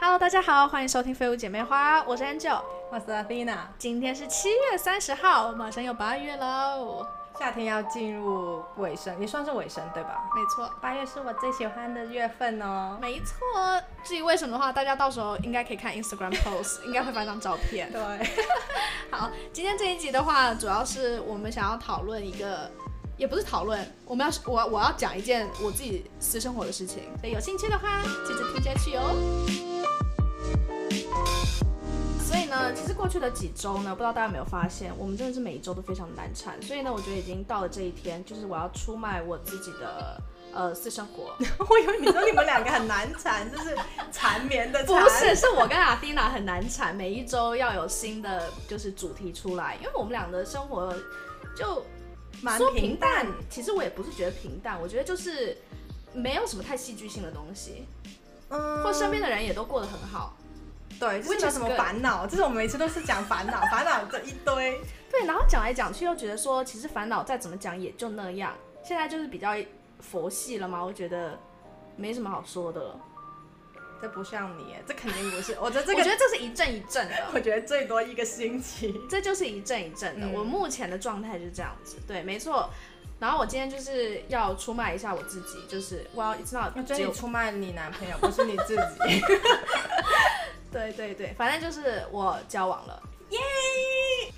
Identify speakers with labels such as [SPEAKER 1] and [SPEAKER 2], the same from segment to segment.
[SPEAKER 1] Hello，大家好，欢迎收听《废物姐妹花》，我是 Angel。
[SPEAKER 2] 我是 Athena，
[SPEAKER 1] 今天是七月三十号，马上要八月哦喽。
[SPEAKER 2] 夏天要进入尾声，也算是尾声对吧？
[SPEAKER 1] 没错，
[SPEAKER 2] 八月是我最喜欢的月份哦。
[SPEAKER 1] 没错。至于为什么的话，大家到时候应该可以看 Instagram post，应该会发张照片。
[SPEAKER 2] 对，
[SPEAKER 1] 好，今天这一集的话，主要是我们想要讨论一个，也不是讨论，我们要我我要讲一件我自己私生活的事情，所以有兴趣的话，记得听下去哦。所以呢，其实过去的几周呢，不知道大家有没有发现，我们真的是每一周都非常难产。所以呢，我觉得已经到了这一天，就是我要出卖我自己的呃私生活。
[SPEAKER 2] 我以为你说你们两个很难缠，就是缠绵的
[SPEAKER 1] 不
[SPEAKER 2] 缠。
[SPEAKER 1] 是，是我跟阿蒂娜很难产，每一周要有新的就是主题出来，因为我们俩的生活就
[SPEAKER 2] 蛮
[SPEAKER 1] 说
[SPEAKER 2] 平
[SPEAKER 1] 淡
[SPEAKER 2] 淡，
[SPEAKER 1] 其实我也不是觉得平淡，我觉得就是没有什么太戏剧性的东西，
[SPEAKER 2] 嗯，
[SPEAKER 1] 或身边的人也都过得很好。
[SPEAKER 2] 对，就是
[SPEAKER 1] Which
[SPEAKER 2] 没有
[SPEAKER 1] is
[SPEAKER 2] 什么
[SPEAKER 1] good
[SPEAKER 2] 烦恼，就是我们每次都是讲烦恼， 烦恼这一堆。
[SPEAKER 1] 对，然后讲来讲去又觉得说，其实烦恼再怎么讲也就那样。现在就是比较佛系了嘛，我觉得没什么好说的了。
[SPEAKER 2] 这不像你耶，这肯定不是。我觉得这
[SPEAKER 1] 我
[SPEAKER 2] 个，
[SPEAKER 1] 觉得这是一阵一阵的，
[SPEAKER 2] 我觉得最多一个星期。
[SPEAKER 1] 这就是一阵一阵的。
[SPEAKER 2] 嗯
[SPEAKER 1] 我目前的状态就是这样子，对，没错。然后我今天就是要出卖一下我自己，就是我要 it's not
[SPEAKER 2] 我觉
[SPEAKER 1] 只
[SPEAKER 2] 得
[SPEAKER 1] 有
[SPEAKER 2] 你出卖你男朋友，不是你自己。
[SPEAKER 1] 对对对，反正就是我交往了，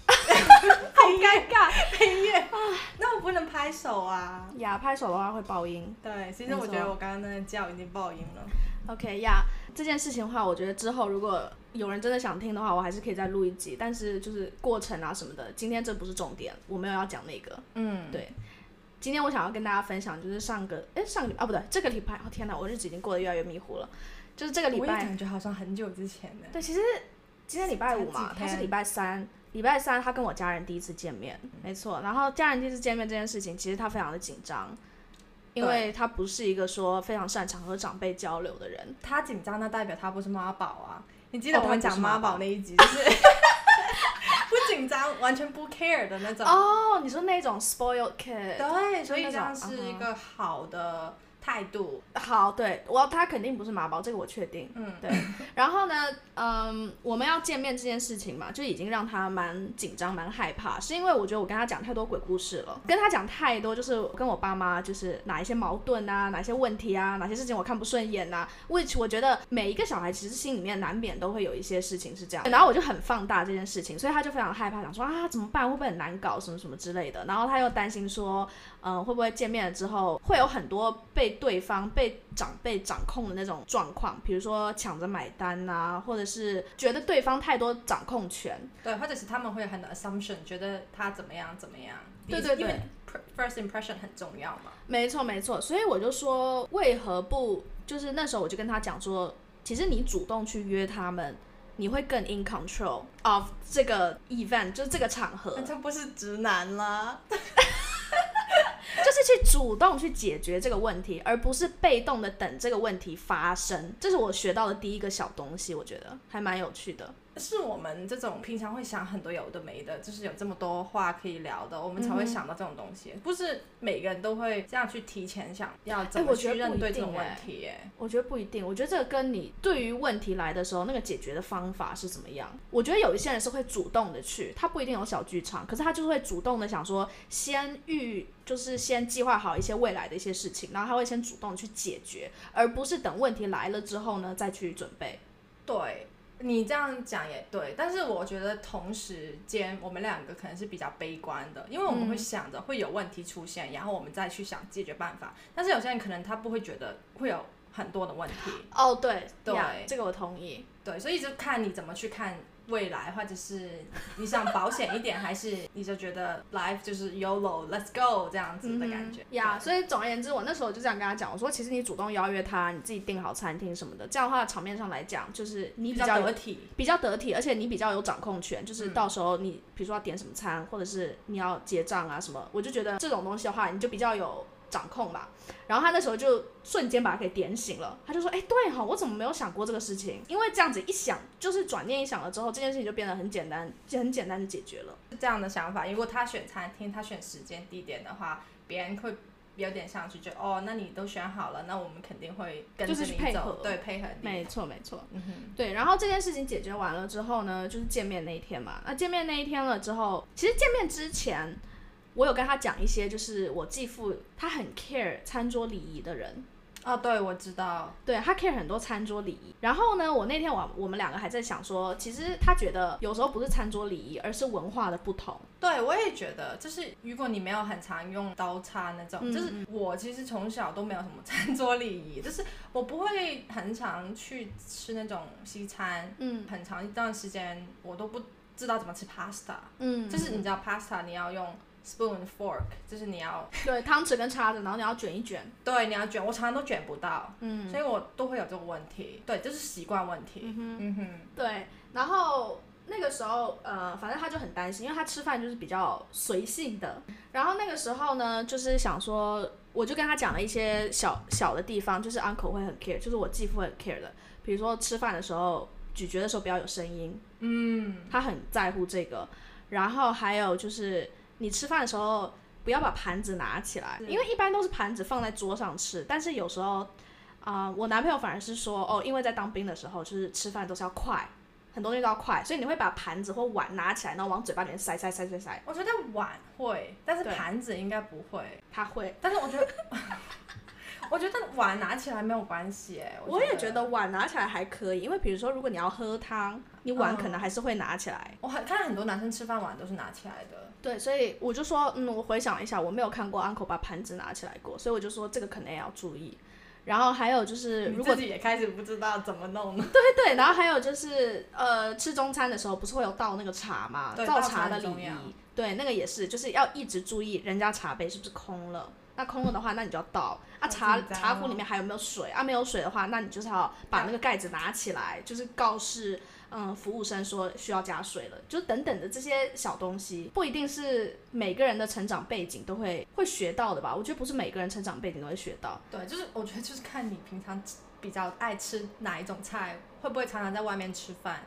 [SPEAKER 2] 好尴尬，配乐。 那我不能拍手啊。
[SPEAKER 1] 呀，拍手的话会爆音。
[SPEAKER 2] 对，其实
[SPEAKER 1] 没错
[SPEAKER 2] 我觉得我刚刚那个叫已经爆音了。
[SPEAKER 1] OK 呀、这件事情的话，我觉得之后如果有人真的想听的话，我还是可以再录一集，但是就是过程啊什么的，今天这不是重点，我没有要讲那个。
[SPEAKER 2] 嗯，
[SPEAKER 1] 对今天我想要跟大家分享，就是上个哎上个礼啊不对，这个礼拜，哦天哪，我日子已经过得越来越迷糊了。就是这个礼
[SPEAKER 2] 我也
[SPEAKER 1] 拜，
[SPEAKER 2] 感觉好像很久之前呢。
[SPEAKER 1] 对，其实今天礼拜五嘛
[SPEAKER 2] 才，几
[SPEAKER 1] 他
[SPEAKER 2] 天
[SPEAKER 1] 是礼拜三，礼拜三他跟我家人第一次见面，
[SPEAKER 2] 嗯
[SPEAKER 1] 没错。然后家人第一次见面这件事情，其实他非常的紧张，因为他不是一个说非常擅长和长辈交流的人。
[SPEAKER 2] 他紧张，那代表他不是妈宝啊。你记得
[SPEAKER 1] 哦
[SPEAKER 2] 我们
[SPEAKER 1] 他
[SPEAKER 2] 讲
[SPEAKER 1] 不是妈
[SPEAKER 2] 妈
[SPEAKER 1] 宝
[SPEAKER 2] 宝那一集，就是 不紧张，完全不 care 的那种。
[SPEAKER 1] 哦，你说那种 spoiled kid，
[SPEAKER 2] 对，所以
[SPEAKER 1] 那
[SPEAKER 2] 这
[SPEAKER 1] 种啊
[SPEAKER 2] 样是一个好的态度。
[SPEAKER 1] 好，对我他肯定不是妈宝，这个我确定。
[SPEAKER 2] 嗯，
[SPEAKER 1] 对，然后呢，嗯，我们要见面这件事情嘛，就已经让他蛮紧张、蛮害怕，是因为我觉得我跟他讲太多鬼故事了，跟他讲太多就是我跟我爸妈就是哪一些矛盾啊，哪些问题啊，哪些事情我看不顺眼呐、which 我觉得每一个小孩其实心里面难免都会有一些事情是这样，然后我就很放大这件事情，所以他就非常害怕，想说啊怎么办，会不会很难搞什么什么之类的，然后他又担心说，嗯、会不会见面了之后会有很多被对方、被长辈掌控的那种状况，比如说抢着买单啊，或者是觉得对方太多掌控权。
[SPEAKER 2] 对，或者是他们会有很多 assumption，觉得他怎么样怎么样。
[SPEAKER 1] 对对
[SPEAKER 2] 因为
[SPEAKER 1] 对
[SPEAKER 2] pr- first impression 很重要嘛。
[SPEAKER 1] 没错没错，所以我就说为何不，就是那时候我就跟他讲说，其实你主动去约他们，你会更 in control of 这个 event，就是这个场合
[SPEAKER 2] 那，这不是直男啦。
[SPEAKER 1] 就是去主动去解决这个问题，而不是被动的等这个问题发生。这是我学到的第一个小东西，我觉得还蛮有趣的。
[SPEAKER 2] 是我们这种平常会想很多有的没的，就是有这么多话可以聊的，我们才
[SPEAKER 1] 嗯
[SPEAKER 2] 会想到这种东西。不是每个人都会这样去提前想要怎
[SPEAKER 1] 哎我
[SPEAKER 2] 么
[SPEAKER 1] 觉
[SPEAKER 2] 去
[SPEAKER 1] 得不
[SPEAKER 2] 认
[SPEAKER 1] 一
[SPEAKER 2] 对这
[SPEAKER 1] 定
[SPEAKER 2] 种
[SPEAKER 1] 哎
[SPEAKER 2] 问题、耶。
[SPEAKER 1] 我觉得不一定，我觉得这个跟你对于问题来的时候那个解决的方法是怎么样。我觉得有一些人是会主动的去，他不一定有小剧场，可是他就是会主动的想说先预，就是先计划好一些未来的一些事情，然后他会先主动去解决，而不是等问题来了之后呢再去准备。
[SPEAKER 2] 对你这样讲也对，但是我觉得同时间我们两个可能是比较悲观的，因为我们会想着会有问题出现，然后我们再去想解决办法。但是有些人可能他不会觉得会有很多的问题，
[SPEAKER 1] 哦，对
[SPEAKER 2] 对
[SPEAKER 1] 呀这个我同意。
[SPEAKER 2] 对，所以就看你怎么去看未来，或者是你想保险一点，还是你就觉得 life 就是 YOLO，Let's go 这样子的感觉。
[SPEAKER 1] 嗯呀、
[SPEAKER 2] 对
[SPEAKER 1] 所以总而言之，我那时候就这样跟他讲，我说其实你主动邀约他，你自己订好餐厅什么的，这样的话场面上来讲，就是你
[SPEAKER 2] 比
[SPEAKER 1] 比较
[SPEAKER 2] 较
[SPEAKER 1] 有
[SPEAKER 2] 得体。
[SPEAKER 1] 比较得体，而且你比较有掌控权，就是到时候你比如说要点什么餐，或者是你要结账啊什么，我就觉得这种东西的话，你就比较有掌控嘛。然后他那时候就瞬间把他给点醒了，他就说：“哎、对哈、我怎么没有想过这个事情？因为这样子一想，就是转念一想了之后，这件事情就变得很简单，就很简单的解决了。
[SPEAKER 2] 是这样的想法，如果他选餐厅，他选时间地点的话，别人会有点像去就哦，那你都选好了，那我们肯定会跟着
[SPEAKER 1] 就是
[SPEAKER 2] 你
[SPEAKER 1] 配
[SPEAKER 2] 走
[SPEAKER 1] 合，
[SPEAKER 2] 对，配合你。
[SPEAKER 1] 没错没错。
[SPEAKER 2] 嗯哼，
[SPEAKER 1] 对，然后这件事情解决完了之后呢，就是见面那一天嘛。那见面那一天了之后，其实见面之前，我有跟他讲一些，就是我继父他很 care 餐桌礼仪的人，
[SPEAKER 2] 哦，对，我知道，
[SPEAKER 1] 对他 care 很多餐桌礼仪。然后呢，我那天我我们两个还在想说，其实他觉得有时候不是餐桌礼仪，而是文化的不同。
[SPEAKER 2] 对我也觉得，就是如果你没有很常用刀叉那种，
[SPEAKER 1] 嗯
[SPEAKER 2] 就是我其实从小都没有什么餐桌礼仪， 就是我不会很常去吃那种西餐，
[SPEAKER 1] 嗯
[SPEAKER 2] 很长一段时间我都不知道怎么吃 pasta，、
[SPEAKER 1] 嗯，
[SPEAKER 2] 就是你知道 pasta 你要用 spoon fork，就是你要
[SPEAKER 1] 对汤匙跟叉子，然后你要卷一卷。
[SPEAKER 2] 对你要卷，我常常都卷不到，
[SPEAKER 1] 嗯，
[SPEAKER 2] 所以我都会有这个问题，对，就是习惯问题。
[SPEAKER 1] 嗯哼，
[SPEAKER 2] 嗯哼，
[SPEAKER 1] 对。然后那个时候，呃，反正他就很担心，因为他吃饭就是比较随性的。然后那个时候呢，就是想说，我就跟他讲了一些小小的地方，就是 uncle 会很 care，就是我继父会很 care 的，比如说吃饭的时候咀嚼的时候不要有声音，
[SPEAKER 2] 嗯，
[SPEAKER 1] 他很在乎这个。然后还有就是你吃饭的时候不要把盘子拿起来，
[SPEAKER 2] 是
[SPEAKER 1] 因为一般都是盘子放在桌上吃，但是有时候啊、我男朋友反而是说哦，因为在当兵的时候就是吃饭都是要快。很多东西都要快，所以你会把盘子或碗拿起来，然后往嘴巴里面塞塞塞塞塞。
[SPEAKER 2] 我觉得碗会，但是
[SPEAKER 1] 对
[SPEAKER 2] 盘子应该不会。
[SPEAKER 1] 他会，
[SPEAKER 2] 但是我觉得， 我觉得碗拿起来没有关系哎。
[SPEAKER 1] 我也觉，得碗拿起来还可以，因为比如说如果你要喝汤，你碗可能还是会拿起来。
[SPEAKER 2] 我很看很多男生吃饭碗都是拿起来的。
[SPEAKER 1] 对，所以我就说，嗯，我回想一下，我没有看过 uncle 把盘子拿起来过，所以我就说这个可能也要注意。然后还有就是，
[SPEAKER 2] 你
[SPEAKER 1] 如果
[SPEAKER 2] 自己也开始不知道怎么弄了，
[SPEAKER 1] 对对，然后还有就是，呃，吃中餐的时候不是会有倒那个茶嘛，
[SPEAKER 2] 对
[SPEAKER 1] 倒
[SPEAKER 2] 倒茶
[SPEAKER 1] 茶的
[SPEAKER 2] 很
[SPEAKER 1] 礼
[SPEAKER 2] 重
[SPEAKER 1] 仪
[SPEAKER 2] 要，
[SPEAKER 1] 对，那个也是，就是要一直注意人家茶杯是不是空了。那空了的话，那你就要倒啊
[SPEAKER 2] 好
[SPEAKER 1] 茶
[SPEAKER 2] 紧张
[SPEAKER 1] 茶壶
[SPEAKER 2] 哦
[SPEAKER 1] 里面还有没有水啊？没有水的话，那你就是要把那个盖子拿起来，就是告示嗯服务生说需要加水了，就等等的这些小东西，不一定是每个人的成长背景都会会学到的吧？我觉得不是每个人成长背景都会学到。
[SPEAKER 2] 对，就是我觉得就是看你平常比较爱吃哪一种菜，会不会常常在外面吃饭。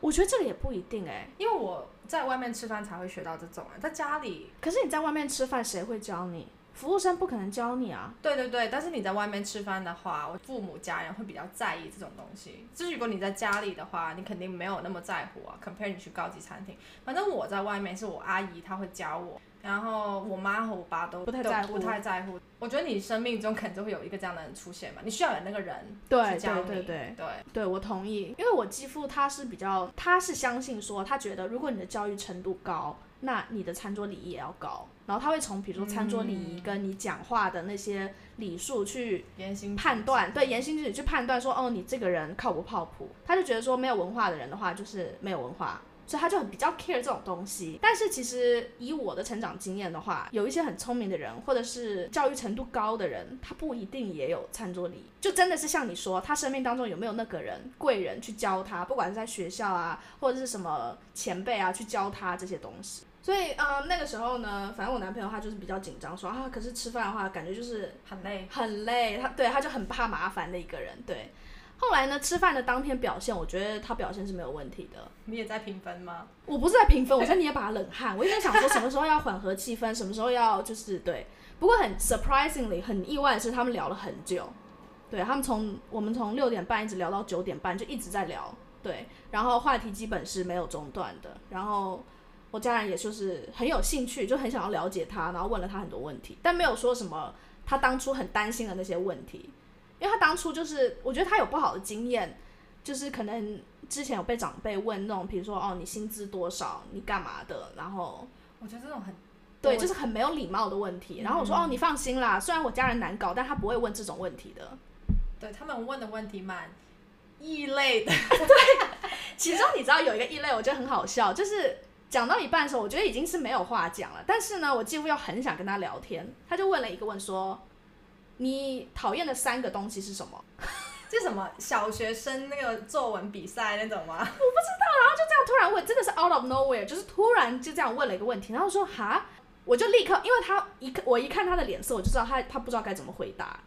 [SPEAKER 1] 我觉得这个也不一定哎、
[SPEAKER 2] 因为我在外面吃饭才会学到这种啊，在家里
[SPEAKER 1] 可是你在外面吃饭，谁会教你？服务生不可能教你啊。
[SPEAKER 2] 对对对，但是你在外面吃饭的话，我父母家人会比较在意这种东西。就是如果你在家里的话，你肯定没有那么在乎啊。compare 你去高级餐厅，反正我在外面是我阿姨她会教我，然后我妈和我爸都
[SPEAKER 1] 不太在乎
[SPEAKER 2] 都不太在乎。我觉得你生命中可能就会有一个这样的人出现嘛，你需要有那个人
[SPEAKER 1] 对
[SPEAKER 2] 去教
[SPEAKER 1] 对
[SPEAKER 2] 你。
[SPEAKER 1] 对对
[SPEAKER 2] 对，
[SPEAKER 1] 对，我同意，因为我继父他是比较，他是相信说，他觉得如果你的教育程度高，那你的餐桌礼仪也要高。然后他会从比如说餐桌礼仪跟你讲话的那些礼数去
[SPEAKER 2] 言行举
[SPEAKER 1] 判
[SPEAKER 2] 止
[SPEAKER 1] 断，对言行举止去判断说，哦，你这个人靠不靠谱？他就觉得说，没有文化的人的话就是没有文化，所以他就很比较 care 这种东西。但是其实以我的成长经验的话，有一些很聪明的人，或者是教育程度高的人，他不一定也有餐桌礼仪，就真的是像你说，他生命当中有没有那个人贵人去教他，不管是在学校啊，或者是什么前辈啊去教他这些东西。所以，嗯，那个时候呢，反正我男朋友他就是比较紧张，说啊，可是吃饭的话，感觉就是
[SPEAKER 2] 很 累。
[SPEAKER 1] 很累，他对他就很怕麻烦的一个人。对，后来呢，吃饭的当天表现，我觉得他表现是没有问题的。
[SPEAKER 2] 你也在评分吗？
[SPEAKER 1] 我不是在评分，我在捏把冷汗。我一直在想说，什么时候要缓和气氛，什么时候要就是对。不过很 surprisingly，很意外的是，他们聊了很久。对他们从我们从六点半一直聊到九点半，就一直在聊。对，然后话题基本是没有中断的。然后我家人也就是很有兴趣，就很想要了解他，然后问了他很多问题，但没有说什么他当初很担心的那些问题，因为他当初就是我觉得他有不好的经验，就是可能之前有被长辈问那种，比如说哦你薪资多少，你干嘛的，然后
[SPEAKER 2] 我觉得这种很
[SPEAKER 1] 对，
[SPEAKER 2] 我
[SPEAKER 1] 就是很没有礼貌的问题。然后我说、哦你放心啦，虽然我家人难搞，但他不会问这种问题的。
[SPEAKER 2] 对他们问的问题蛮异类的。
[SPEAKER 1] 其中你知道有一个异类，我觉得很好笑，就是讲到一半的时候，我觉得已经是没有话讲了，但是呢，我几乎又很想跟他聊天，他就问了一个问说，你讨厌的三个东西是什么？
[SPEAKER 2] 这什么小学生那个作文比赛那种吗？
[SPEAKER 1] 突然问，真的是 out of nowhere，就是突然就这样问了一个问题，然后说哈，我就立刻，因为他一看我一看他的脸色，我就知道他他不知道该怎么回答，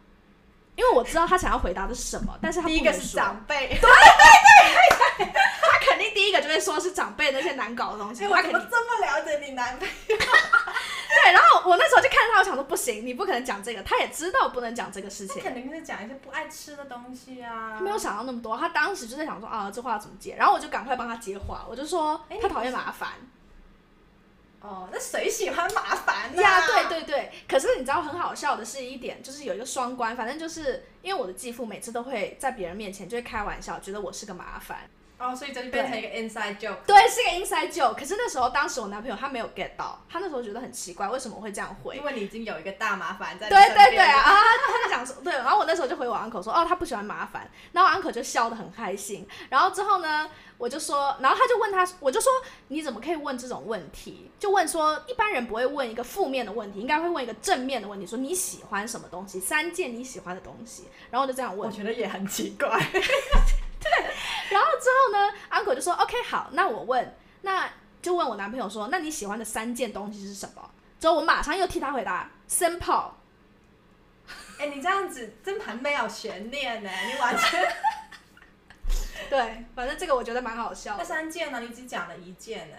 [SPEAKER 1] 因为我知道他想要回答的是什么，但是他
[SPEAKER 2] 第一个是
[SPEAKER 1] 长，
[SPEAKER 2] 长辈，
[SPEAKER 1] 他肯定第一个就会说是长辈那些难搞的东西，
[SPEAKER 2] 哎，我
[SPEAKER 1] 他
[SPEAKER 2] 怎
[SPEAKER 1] 肯
[SPEAKER 2] 么
[SPEAKER 1] 定
[SPEAKER 2] 这么了解你男朋友？
[SPEAKER 1] 对，对，然后我那时候就看着他，我想说不行，你不可能讲这个，他也知道不能讲这个事
[SPEAKER 2] 他
[SPEAKER 1] 情。
[SPEAKER 2] 肯定是讲一些不爱吃的东西啊。
[SPEAKER 1] 他没有想到那么多，他当时就在想说啊，这话怎么接？然后我就赶快帮他接话，我就说
[SPEAKER 2] 哎
[SPEAKER 1] 他讨厌麻烦。
[SPEAKER 2] 哦，那谁喜欢麻烦啊呢、
[SPEAKER 1] 呀，对对对。可是你知道很好笑的是一点，就是有一个双关，反正就是因为我的继父每次都会在别人面前就会开玩笑，觉得我是个麻烦，
[SPEAKER 2] 哦，所以这就变成一个 inside joke。
[SPEAKER 1] 对，是个 inside joke。可是那时候当时我男朋友他没有 get 到，他那时候觉得很奇怪，为什么我会这样回
[SPEAKER 2] 因？为你已经有一个大麻烦在
[SPEAKER 1] 对
[SPEAKER 2] 你身
[SPEAKER 1] 对对
[SPEAKER 2] 边
[SPEAKER 1] 啊，
[SPEAKER 2] 了，
[SPEAKER 1] 啊他就讲说 对，然后我那时候就回我 uncle 说，哦，他不喜欢麻烦，然后我 uncle 就笑得很开心，然后之后呢，我就说，然后他就问他，我就说你怎么可以问这种问题？就问说一般人不会问一个负面的问题，应该会问一个正面的问题，说你喜欢什么东西，三件你喜欢的东西，然后我就这样问
[SPEAKER 2] 我，觉得也很奇怪。
[SPEAKER 1] 然后之后呢，uncle 就说 OK 好，那我问，那就问我男朋友说，那你喜欢的三件东西是什么？之后我马上又替他回答 simple。
[SPEAKER 2] 哎、你这样子真盘没有悬念呢、你完全
[SPEAKER 1] 对，反正这个我觉得蛮好笑
[SPEAKER 2] 那
[SPEAKER 1] 的。
[SPEAKER 2] 三件呢，你只讲了一件呢、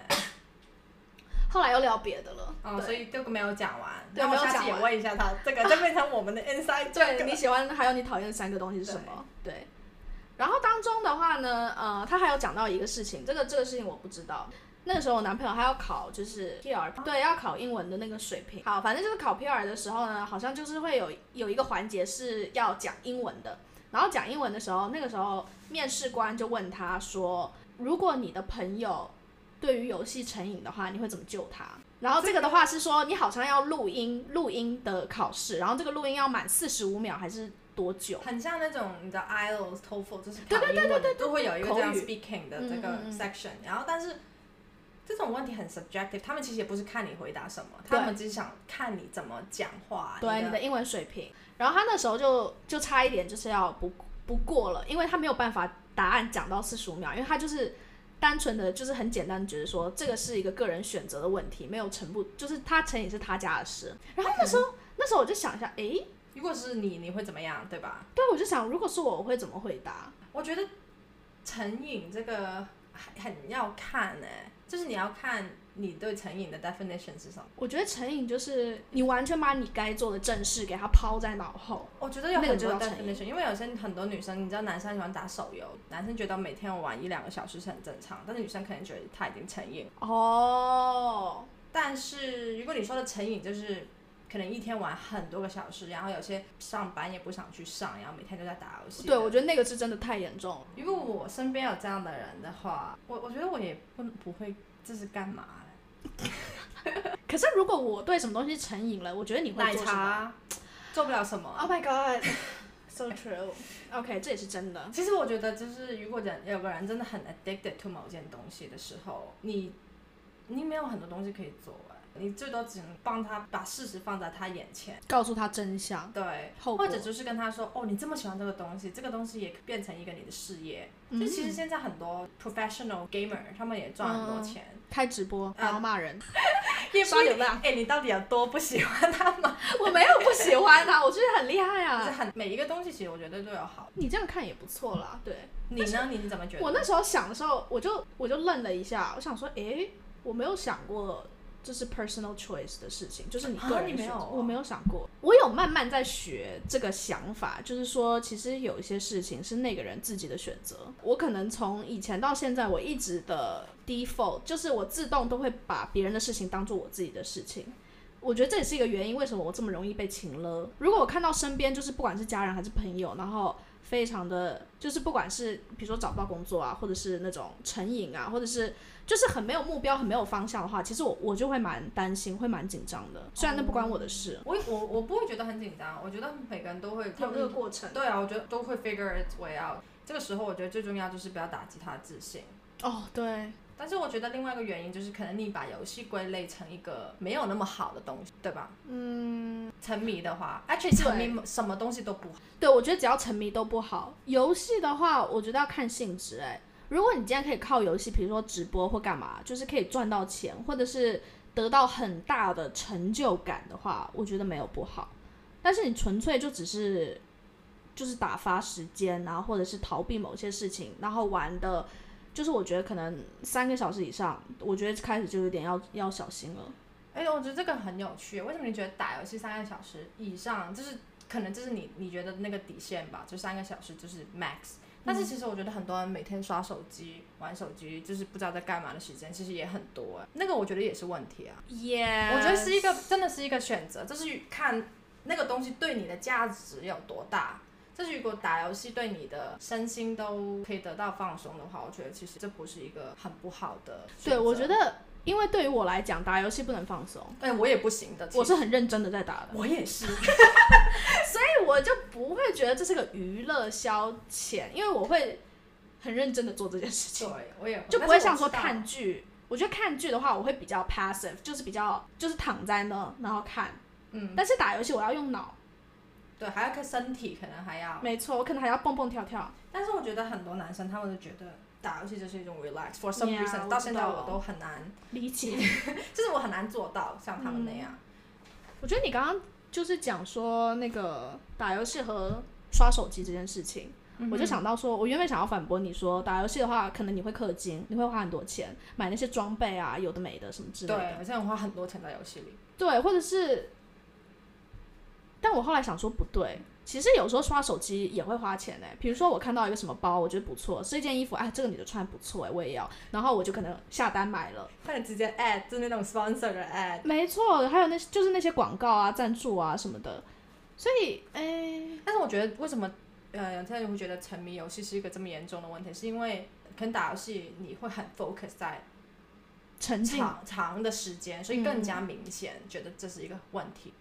[SPEAKER 1] 后来又聊别的了，
[SPEAKER 2] 哦，
[SPEAKER 1] 对
[SPEAKER 2] 所以这个没有讲完。
[SPEAKER 1] 对
[SPEAKER 2] 那我
[SPEAKER 1] 没有
[SPEAKER 2] 下
[SPEAKER 1] 讲
[SPEAKER 2] 次也
[SPEAKER 1] 完
[SPEAKER 2] 问一下他， 这个就变成我们的 inside joke
[SPEAKER 1] 对你
[SPEAKER 2] 了。
[SPEAKER 1] 喜欢还有你讨厌的三个东西是什么？对。然后当中的话呢，呃，他还有讲到一个事情，这个这个事情我不知道。那个时候我男朋友还要考就是 PR，对，要考英文的那个水平。好，反正就是考 PR 的时候呢，好像就是会有有一个环节是要讲英文的。然后讲英文的时候，那个时候面试官就问他说：“如果你的朋友对于游戏成瘾的话，你会怎么救他？”然后这个的话是说，你好像要录音录音的考试，然后这个录音要满四十五秒还是多久？
[SPEAKER 2] 很像那种你知道 IELTS、TOEFL，就是
[SPEAKER 1] 对
[SPEAKER 2] 考英文的都会有一个这样
[SPEAKER 1] 口语
[SPEAKER 2] speaking 的
[SPEAKER 1] 嗯
[SPEAKER 2] 这个
[SPEAKER 1] 嗯嗯
[SPEAKER 2] section，、然后但是这种问题很 subjective，他们其实也不是看你回答什么，他们只是想看你怎么讲话。
[SPEAKER 1] 对
[SPEAKER 2] 你
[SPEAKER 1] 你
[SPEAKER 2] 的
[SPEAKER 1] 的英文水平。然后他那时候就就差一点就是要不不过了，因为他没有办法答案讲到四十五秒，因为他就是单纯的就是很简单地觉得说这个是一个个人选择的问题，没有成不就是他成也是他家的事。然后那时候、那时候我就想一下，诶，
[SPEAKER 2] 如果是你，你会怎么样，对吧？
[SPEAKER 1] 对，我就想如果是我，我会怎么回答？
[SPEAKER 2] 我觉得成瘾这个很很要看呢、就是你要看你对成瘾的 definition 是什么。
[SPEAKER 1] 我觉得成瘾就是你完全把你该做的正事给它抛在脑后。
[SPEAKER 2] 我觉得有
[SPEAKER 1] 那个
[SPEAKER 2] 很
[SPEAKER 1] 就
[SPEAKER 2] 多
[SPEAKER 1] 叫成瘾
[SPEAKER 2] definition，因为有些很多女生，你知道男生喜欢打手游，男生觉得每天玩一两个小时是很正常，但是女生可能觉得她已经成瘾。
[SPEAKER 1] 哦，
[SPEAKER 2] 但是如果你说的成瘾就是可能一天玩很多个小时，然后有些上班也不想去上，然后每天都在打游戏。
[SPEAKER 1] 对，我觉得那个是真的太严重了。
[SPEAKER 2] 如果我身边有这样的人的话，我我觉得我也不不会这是干嘛嘞？
[SPEAKER 1] 可是如果我对什么东西成瘾了，我觉得你会
[SPEAKER 2] 奶
[SPEAKER 1] 做什么
[SPEAKER 2] 茶做不了什么。
[SPEAKER 1] ？Oh my god, so true. OK，这也是真的。
[SPEAKER 2] 其实我觉得，就是如果人有个人真的很 addicted to 某件东西的时候，你你没有很多东西可以做、哎，你最多只能帮他把事实放在他眼前，
[SPEAKER 1] 告诉他真相，
[SPEAKER 2] 对，
[SPEAKER 1] 后果
[SPEAKER 2] 或者就是跟他说，哦，你这么喜欢这个东西，这个东西也变成一个你的事业。
[SPEAKER 1] 嗯
[SPEAKER 2] 就其实现在很多 professional gamer 他们也赚很多钱，
[SPEAKER 1] 开直播，然后骂人，
[SPEAKER 2] 也不
[SPEAKER 1] 刷
[SPEAKER 2] 一
[SPEAKER 1] 流量。
[SPEAKER 2] 哎、你到底有多不喜欢他 们？
[SPEAKER 1] 我没有不喜欢他，我觉得很厉害
[SPEAKER 2] 就是
[SPEAKER 1] 啊。
[SPEAKER 2] 很每一个东西，其实我觉得都有好。
[SPEAKER 1] 你这样看也不错啦， 对。
[SPEAKER 2] 你呢？你怎么觉得？
[SPEAKER 1] 我那时候想的时候，我就我就愣了一下，我想说，诶，我没有想过这是 personal choice 的事情，就是你
[SPEAKER 2] 啊
[SPEAKER 1] 个人
[SPEAKER 2] 你没
[SPEAKER 1] 选择
[SPEAKER 2] 有啊
[SPEAKER 1] 我没有想过，我有慢慢在学这个想法，就是说，其实有一些事情是那个人自己的选择。我可能从以前到现在，我一直的 default 就是我自动都会把别人的事情当做我自己的事情。我觉得这也是一个原因，为什么我这么容易被情勒。如果我看到身边就是不管是家人还是朋友，然后非常的就是不管是比如说找不到工作啊，或者是那种成瘾啊，或者是就是很没有目标、很没有方向的话，其实我我就会蛮担心，会蛮紧张的。虽然那不关我的事，
[SPEAKER 2] 我我我不会觉得很紧张，我觉得每个人都会
[SPEAKER 1] 有这个过程。
[SPEAKER 2] 对啊，我觉得都会 figure its way out。这个时候，我觉得最重要就是不要打击他的自信。
[SPEAKER 1] 哦，对，
[SPEAKER 2] 但是我觉得另外一个原因就是，可能你把游戏归类成一个没有那么好的东西，对吧？嗯，沉迷的话，actually 沉迷什么东西都不好。
[SPEAKER 1] 对我觉得只要沉迷都不好。游戏的话，我觉得要看性质、哎，如果你今天可以靠游戏，比如说直播或干嘛，就是可以赚到钱，或者是得到很大的成就感的话，我觉得没有不好。但是你纯粹就只是就是打发时间，然后或者是逃避某些事情，然后玩的，就是我觉得可能三个小时以上，我觉得开始就有点要要小心了。
[SPEAKER 2] 哎、哎、我觉得这个很有趣。为什么你觉得打游戏三个小时以上，就是可能这是你你觉得那个底线吧？就三个小时就是 max。但是其实我觉得很多人每天刷手机、玩手机，就是不知道在干嘛的时间，其实也很多、哎，那个我觉得也是问题啊。
[SPEAKER 1] 耶、
[SPEAKER 2] 我觉得是一个真的是一个选择，就是看那个东西对你的价值有多大。就是如果打游戏对你的身心都可以得到放松的话，我觉得其实这不是一个很不好的
[SPEAKER 1] 对，
[SPEAKER 2] 选择
[SPEAKER 1] 我觉，得，因为对于我来讲，打游戏不能放松，
[SPEAKER 2] 哎，我也不行的。
[SPEAKER 1] 我
[SPEAKER 2] 其
[SPEAKER 1] 是
[SPEAKER 2] 实
[SPEAKER 1] 很认真的在打的，
[SPEAKER 2] 我也 是，
[SPEAKER 1] 所以我就不会觉得这是个娱乐消遣，因为我会很认真的做这件事
[SPEAKER 2] 对
[SPEAKER 1] 情，，
[SPEAKER 2] 我也会
[SPEAKER 1] 就
[SPEAKER 2] 但
[SPEAKER 1] 不会
[SPEAKER 2] 是我
[SPEAKER 1] 像说
[SPEAKER 2] 知道
[SPEAKER 1] 看剧。我觉得看剧的话，我会比较 passive，就是比较就是躺在那然后看，
[SPEAKER 2] 嗯，
[SPEAKER 1] 但是打游戏我要用脑，
[SPEAKER 2] 对，还要看身体，可能还要。
[SPEAKER 1] 没错，我可能还要蹦蹦跳跳。
[SPEAKER 2] 但是我觉得很多男生他们都觉得打游戏就是一种 relax，for some
[SPEAKER 1] Yeah，
[SPEAKER 2] reason，、
[SPEAKER 1] 我
[SPEAKER 2] 到
[SPEAKER 1] 知
[SPEAKER 2] 现在我
[SPEAKER 1] 道
[SPEAKER 2] 都很难，
[SPEAKER 1] 理解。
[SPEAKER 2] 嗯就是我很难做到像他们那样。
[SPEAKER 1] 我觉得你刚刚就是讲说那个打游戏和刷手机这件事情，嗯
[SPEAKER 2] 嗯
[SPEAKER 1] 我就想到说，我原本想要反驳你说，打游戏的话，可能你会氪金，你会花很多钱买那些装备啊，有的没的什么之类
[SPEAKER 2] 对，
[SPEAKER 1] 的，
[SPEAKER 2] 我现在花很多钱在游戏里。
[SPEAKER 1] 对，或者是，但我后来想说不对。其实有时候刷手机也会花钱呢、欸比如说我看到一个什么包，我觉得不错，这件衣服，哎，这个女的穿得不错哎、我也要，然后我就可能下单买了。
[SPEAKER 2] 或者直接 ad，就是那种 sponsor 的 ad。
[SPEAKER 1] 没错，还有那就是那些广告啊、赞助啊什么的，所以哎，
[SPEAKER 2] 但是我觉得为什么呃有些人会觉得沉迷游戏是一个这么严重的问题，是因为可能打游戏你会很 focus 在
[SPEAKER 1] 沉浸
[SPEAKER 2] 长长的时间，所以更加明显觉得这是一个问题。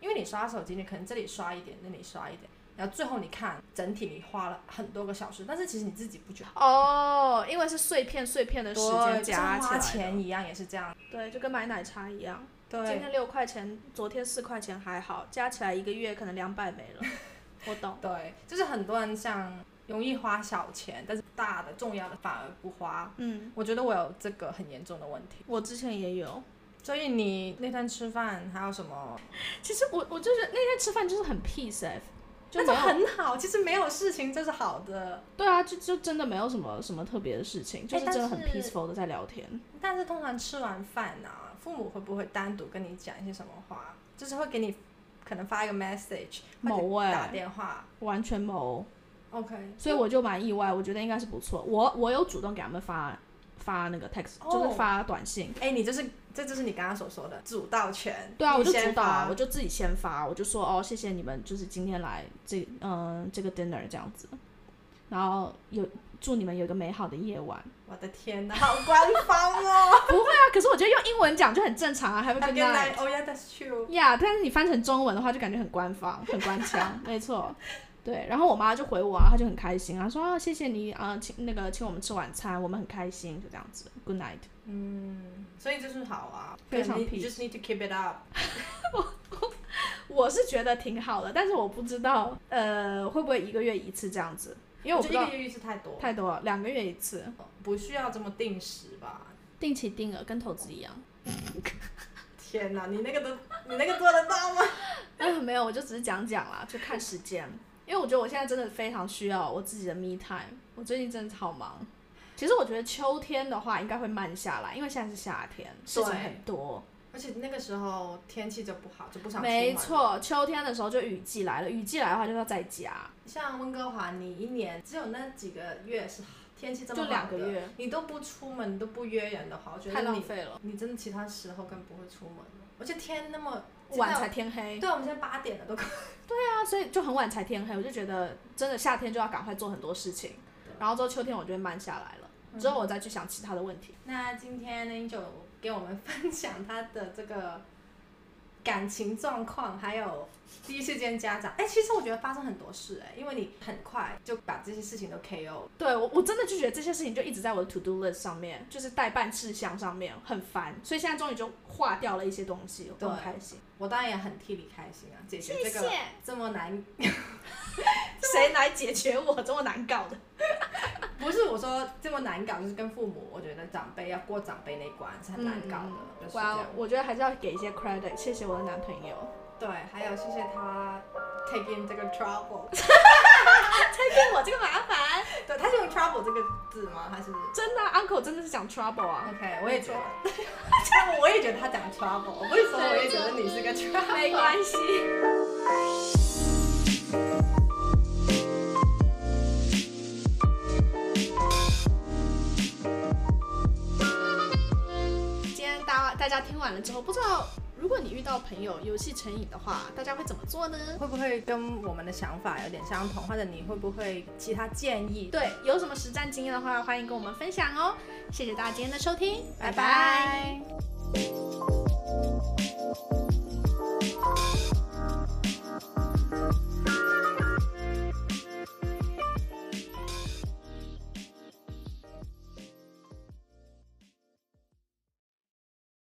[SPEAKER 2] 因为你刷手机，你可能这里刷一点，那里刷一点，然后最后你看整体你花了很多个小时，但是其实你自己不觉得。
[SPEAKER 1] 哦，因为是碎片碎片的时间加
[SPEAKER 2] 对就
[SPEAKER 1] 起
[SPEAKER 2] 像
[SPEAKER 1] 来
[SPEAKER 2] 花
[SPEAKER 1] 的，
[SPEAKER 2] 钱一样也是这样。
[SPEAKER 1] 对，就跟买奶茶一样，今
[SPEAKER 2] 对
[SPEAKER 1] 天六块钱，昨天四块钱还好，加起来一个月可能两百 没了，我懂。
[SPEAKER 2] 对，就是很多人像容易花小钱，但是大的重要的反而不花，
[SPEAKER 1] 嗯，
[SPEAKER 2] 我觉得我有这个很严重的问题，
[SPEAKER 1] 我之前也有，
[SPEAKER 2] 所以你那天吃饭还有什么？
[SPEAKER 1] 其实我我就是那天吃饭就是很 peace 哎、就
[SPEAKER 2] 那
[SPEAKER 1] 没
[SPEAKER 2] 种
[SPEAKER 1] 有
[SPEAKER 2] 很好，其实没有事情这是好的，
[SPEAKER 1] 对啊，就就真的没有什么什么特别的事情，就是
[SPEAKER 2] 但
[SPEAKER 1] 真的很
[SPEAKER 2] 是
[SPEAKER 1] peaceful 的在聊天。
[SPEAKER 2] 但是通常吃完饭啊，父母会不会单独跟你讲一些什么话？就是会给你可能发一个 message，
[SPEAKER 1] 某
[SPEAKER 2] 或者打
[SPEAKER 1] 位
[SPEAKER 2] 电话。
[SPEAKER 1] 哎完全某，
[SPEAKER 2] OK，
[SPEAKER 1] 所以我就蛮意外，我觉得应该是不错。我我有主动给他们发发那个 text，、
[SPEAKER 2] 哦
[SPEAKER 1] 就是发短信。
[SPEAKER 2] 哎、你就是这就是你刚刚所说的主导权。
[SPEAKER 1] 对啊，我
[SPEAKER 2] 你
[SPEAKER 1] 就
[SPEAKER 2] 先
[SPEAKER 1] 主导啊，
[SPEAKER 2] 发
[SPEAKER 1] 我就自己先发，我就说哦，谢谢你们，就是今天来这嗯、这个 dinner 这样子，然后有祝你们有一个美好的夜晚。
[SPEAKER 2] 我的天哪，好官方 哦。
[SPEAKER 1] 对啊，可是我觉得用英文讲就很正常啊，Have a
[SPEAKER 2] Have a
[SPEAKER 1] good
[SPEAKER 2] good night.
[SPEAKER 1] night。
[SPEAKER 2] Oh yeah, that's true.
[SPEAKER 1] 呀但是你翻成中文的话，就感觉很官方、很官腔，没 错。对，然后我妈就回我啊，她就很开心啊，说啊谢谢你啊、请那个请我们吃晚餐，我们很开心，就这样子，Good night。
[SPEAKER 2] 嗯，所以就是好啊，
[SPEAKER 1] 非常
[SPEAKER 2] You
[SPEAKER 1] peace
[SPEAKER 2] just need to keep it up.
[SPEAKER 1] 我是觉得挺好的，但是我不知道呃会不会一个月一次这样子，因为我
[SPEAKER 2] 我
[SPEAKER 1] 不
[SPEAKER 2] 觉
[SPEAKER 1] 知
[SPEAKER 2] 得一
[SPEAKER 1] 道
[SPEAKER 2] 个月一次太多了。
[SPEAKER 1] 太多了，两个月一次。
[SPEAKER 2] 不需要这么定时吧？
[SPEAKER 1] 定期定额跟投资一样。
[SPEAKER 2] 天哪，你那个都，你那个做得到吗？
[SPEAKER 1] 哎，没有，我就只是讲讲啦，就看时间。因为我觉得我现在真的非常需要我自己的 me time，我最近真的好忙。其实我觉得秋天的话应该会慢下来，因为现在是夏天，事情很多。
[SPEAKER 2] 而且那个时候天气就不好，就不想出门
[SPEAKER 1] 没。错，秋天的时候就雨季来了，雨季来的话就要在家，
[SPEAKER 2] 像温哥华，你一年只有那几个月是天气这么
[SPEAKER 1] 就
[SPEAKER 2] 好
[SPEAKER 1] 两
[SPEAKER 2] 的
[SPEAKER 1] 个，月，
[SPEAKER 2] 你都不出门，你都不约人的话，我觉
[SPEAKER 1] 太
[SPEAKER 2] 得
[SPEAKER 1] 浪
[SPEAKER 2] 你
[SPEAKER 1] 费了。
[SPEAKER 2] 你真的其他时候更不会出门了。而且天那么
[SPEAKER 1] 晚才
[SPEAKER 2] 现
[SPEAKER 1] 天黑，
[SPEAKER 2] 在对，我们现在八点了都快。
[SPEAKER 1] 对啊，所以就很晚才天黑，我就觉得真的夏天就要赶快做很多事情，然后之后秋天我就会慢下来了，之后
[SPEAKER 2] 嗯
[SPEAKER 1] 我再去想其他的问题。
[SPEAKER 2] 那今天呢，就给我们分享他的这个感情状况，还有第一次见家长。哎、其实我觉得发生很多事哎、因为你很快就把这些事情都 KO。
[SPEAKER 1] 对我，我真的就觉得这些事情就一直在我的 to do list 上面，就是代办事项上面很烦，所以现在终于就划掉了一些东西，我
[SPEAKER 2] 对
[SPEAKER 1] 很开心。
[SPEAKER 2] 我当然也很替你开心啊，解决这个
[SPEAKER 1] 谢
[SPEAKER 2] 这么难，
[SPEAKER 1] 谁来解决我这么难搞的？
[SPEAKER 2] 不是我说这么难搞，就是跟父母，我觉得长辈要过长辈那一关是很难搞的，就是这
[SPEAKER 1] 嗯哇、哦
[SPEAKER 2] 样。
[SPEAKER 1] 我觉得还是要给一些 credit，谢谢我的男朋 友。
[SPEAKER 2] 对，还有谢谢他 take in 这个 trouble，
[SPEAKER 1] 给我这个麻烦，
[SPEAKER 2] 对，他是用 trouble trouble 这个字吗？还是
[SPEAKER 1] 真的、啊、，uncle 真的是讲 trouble 啊，
[SPEAKER 2] OK？我也 觉得，我也觉得他讲 trouble，为什么我也觉得你是嗯个 trouble？
[SPEAKER 1] 没关系。今天大大家听完了之后，不知道如果你遇到朋友游戏成瘾的话，大家会怎么做呢？
[SPEAKER 2] 会不会跟我们的想法有点相同，或者你会不会其他建议？
[SPEAKER 1] 对，有什么实战经验的话，欢迎跟我们分享哦。谢谢大家今天的收听，拜
[SPEAKER 2] 拜
[SPEAKER 1] 拜
[SPEAKER 2] 拜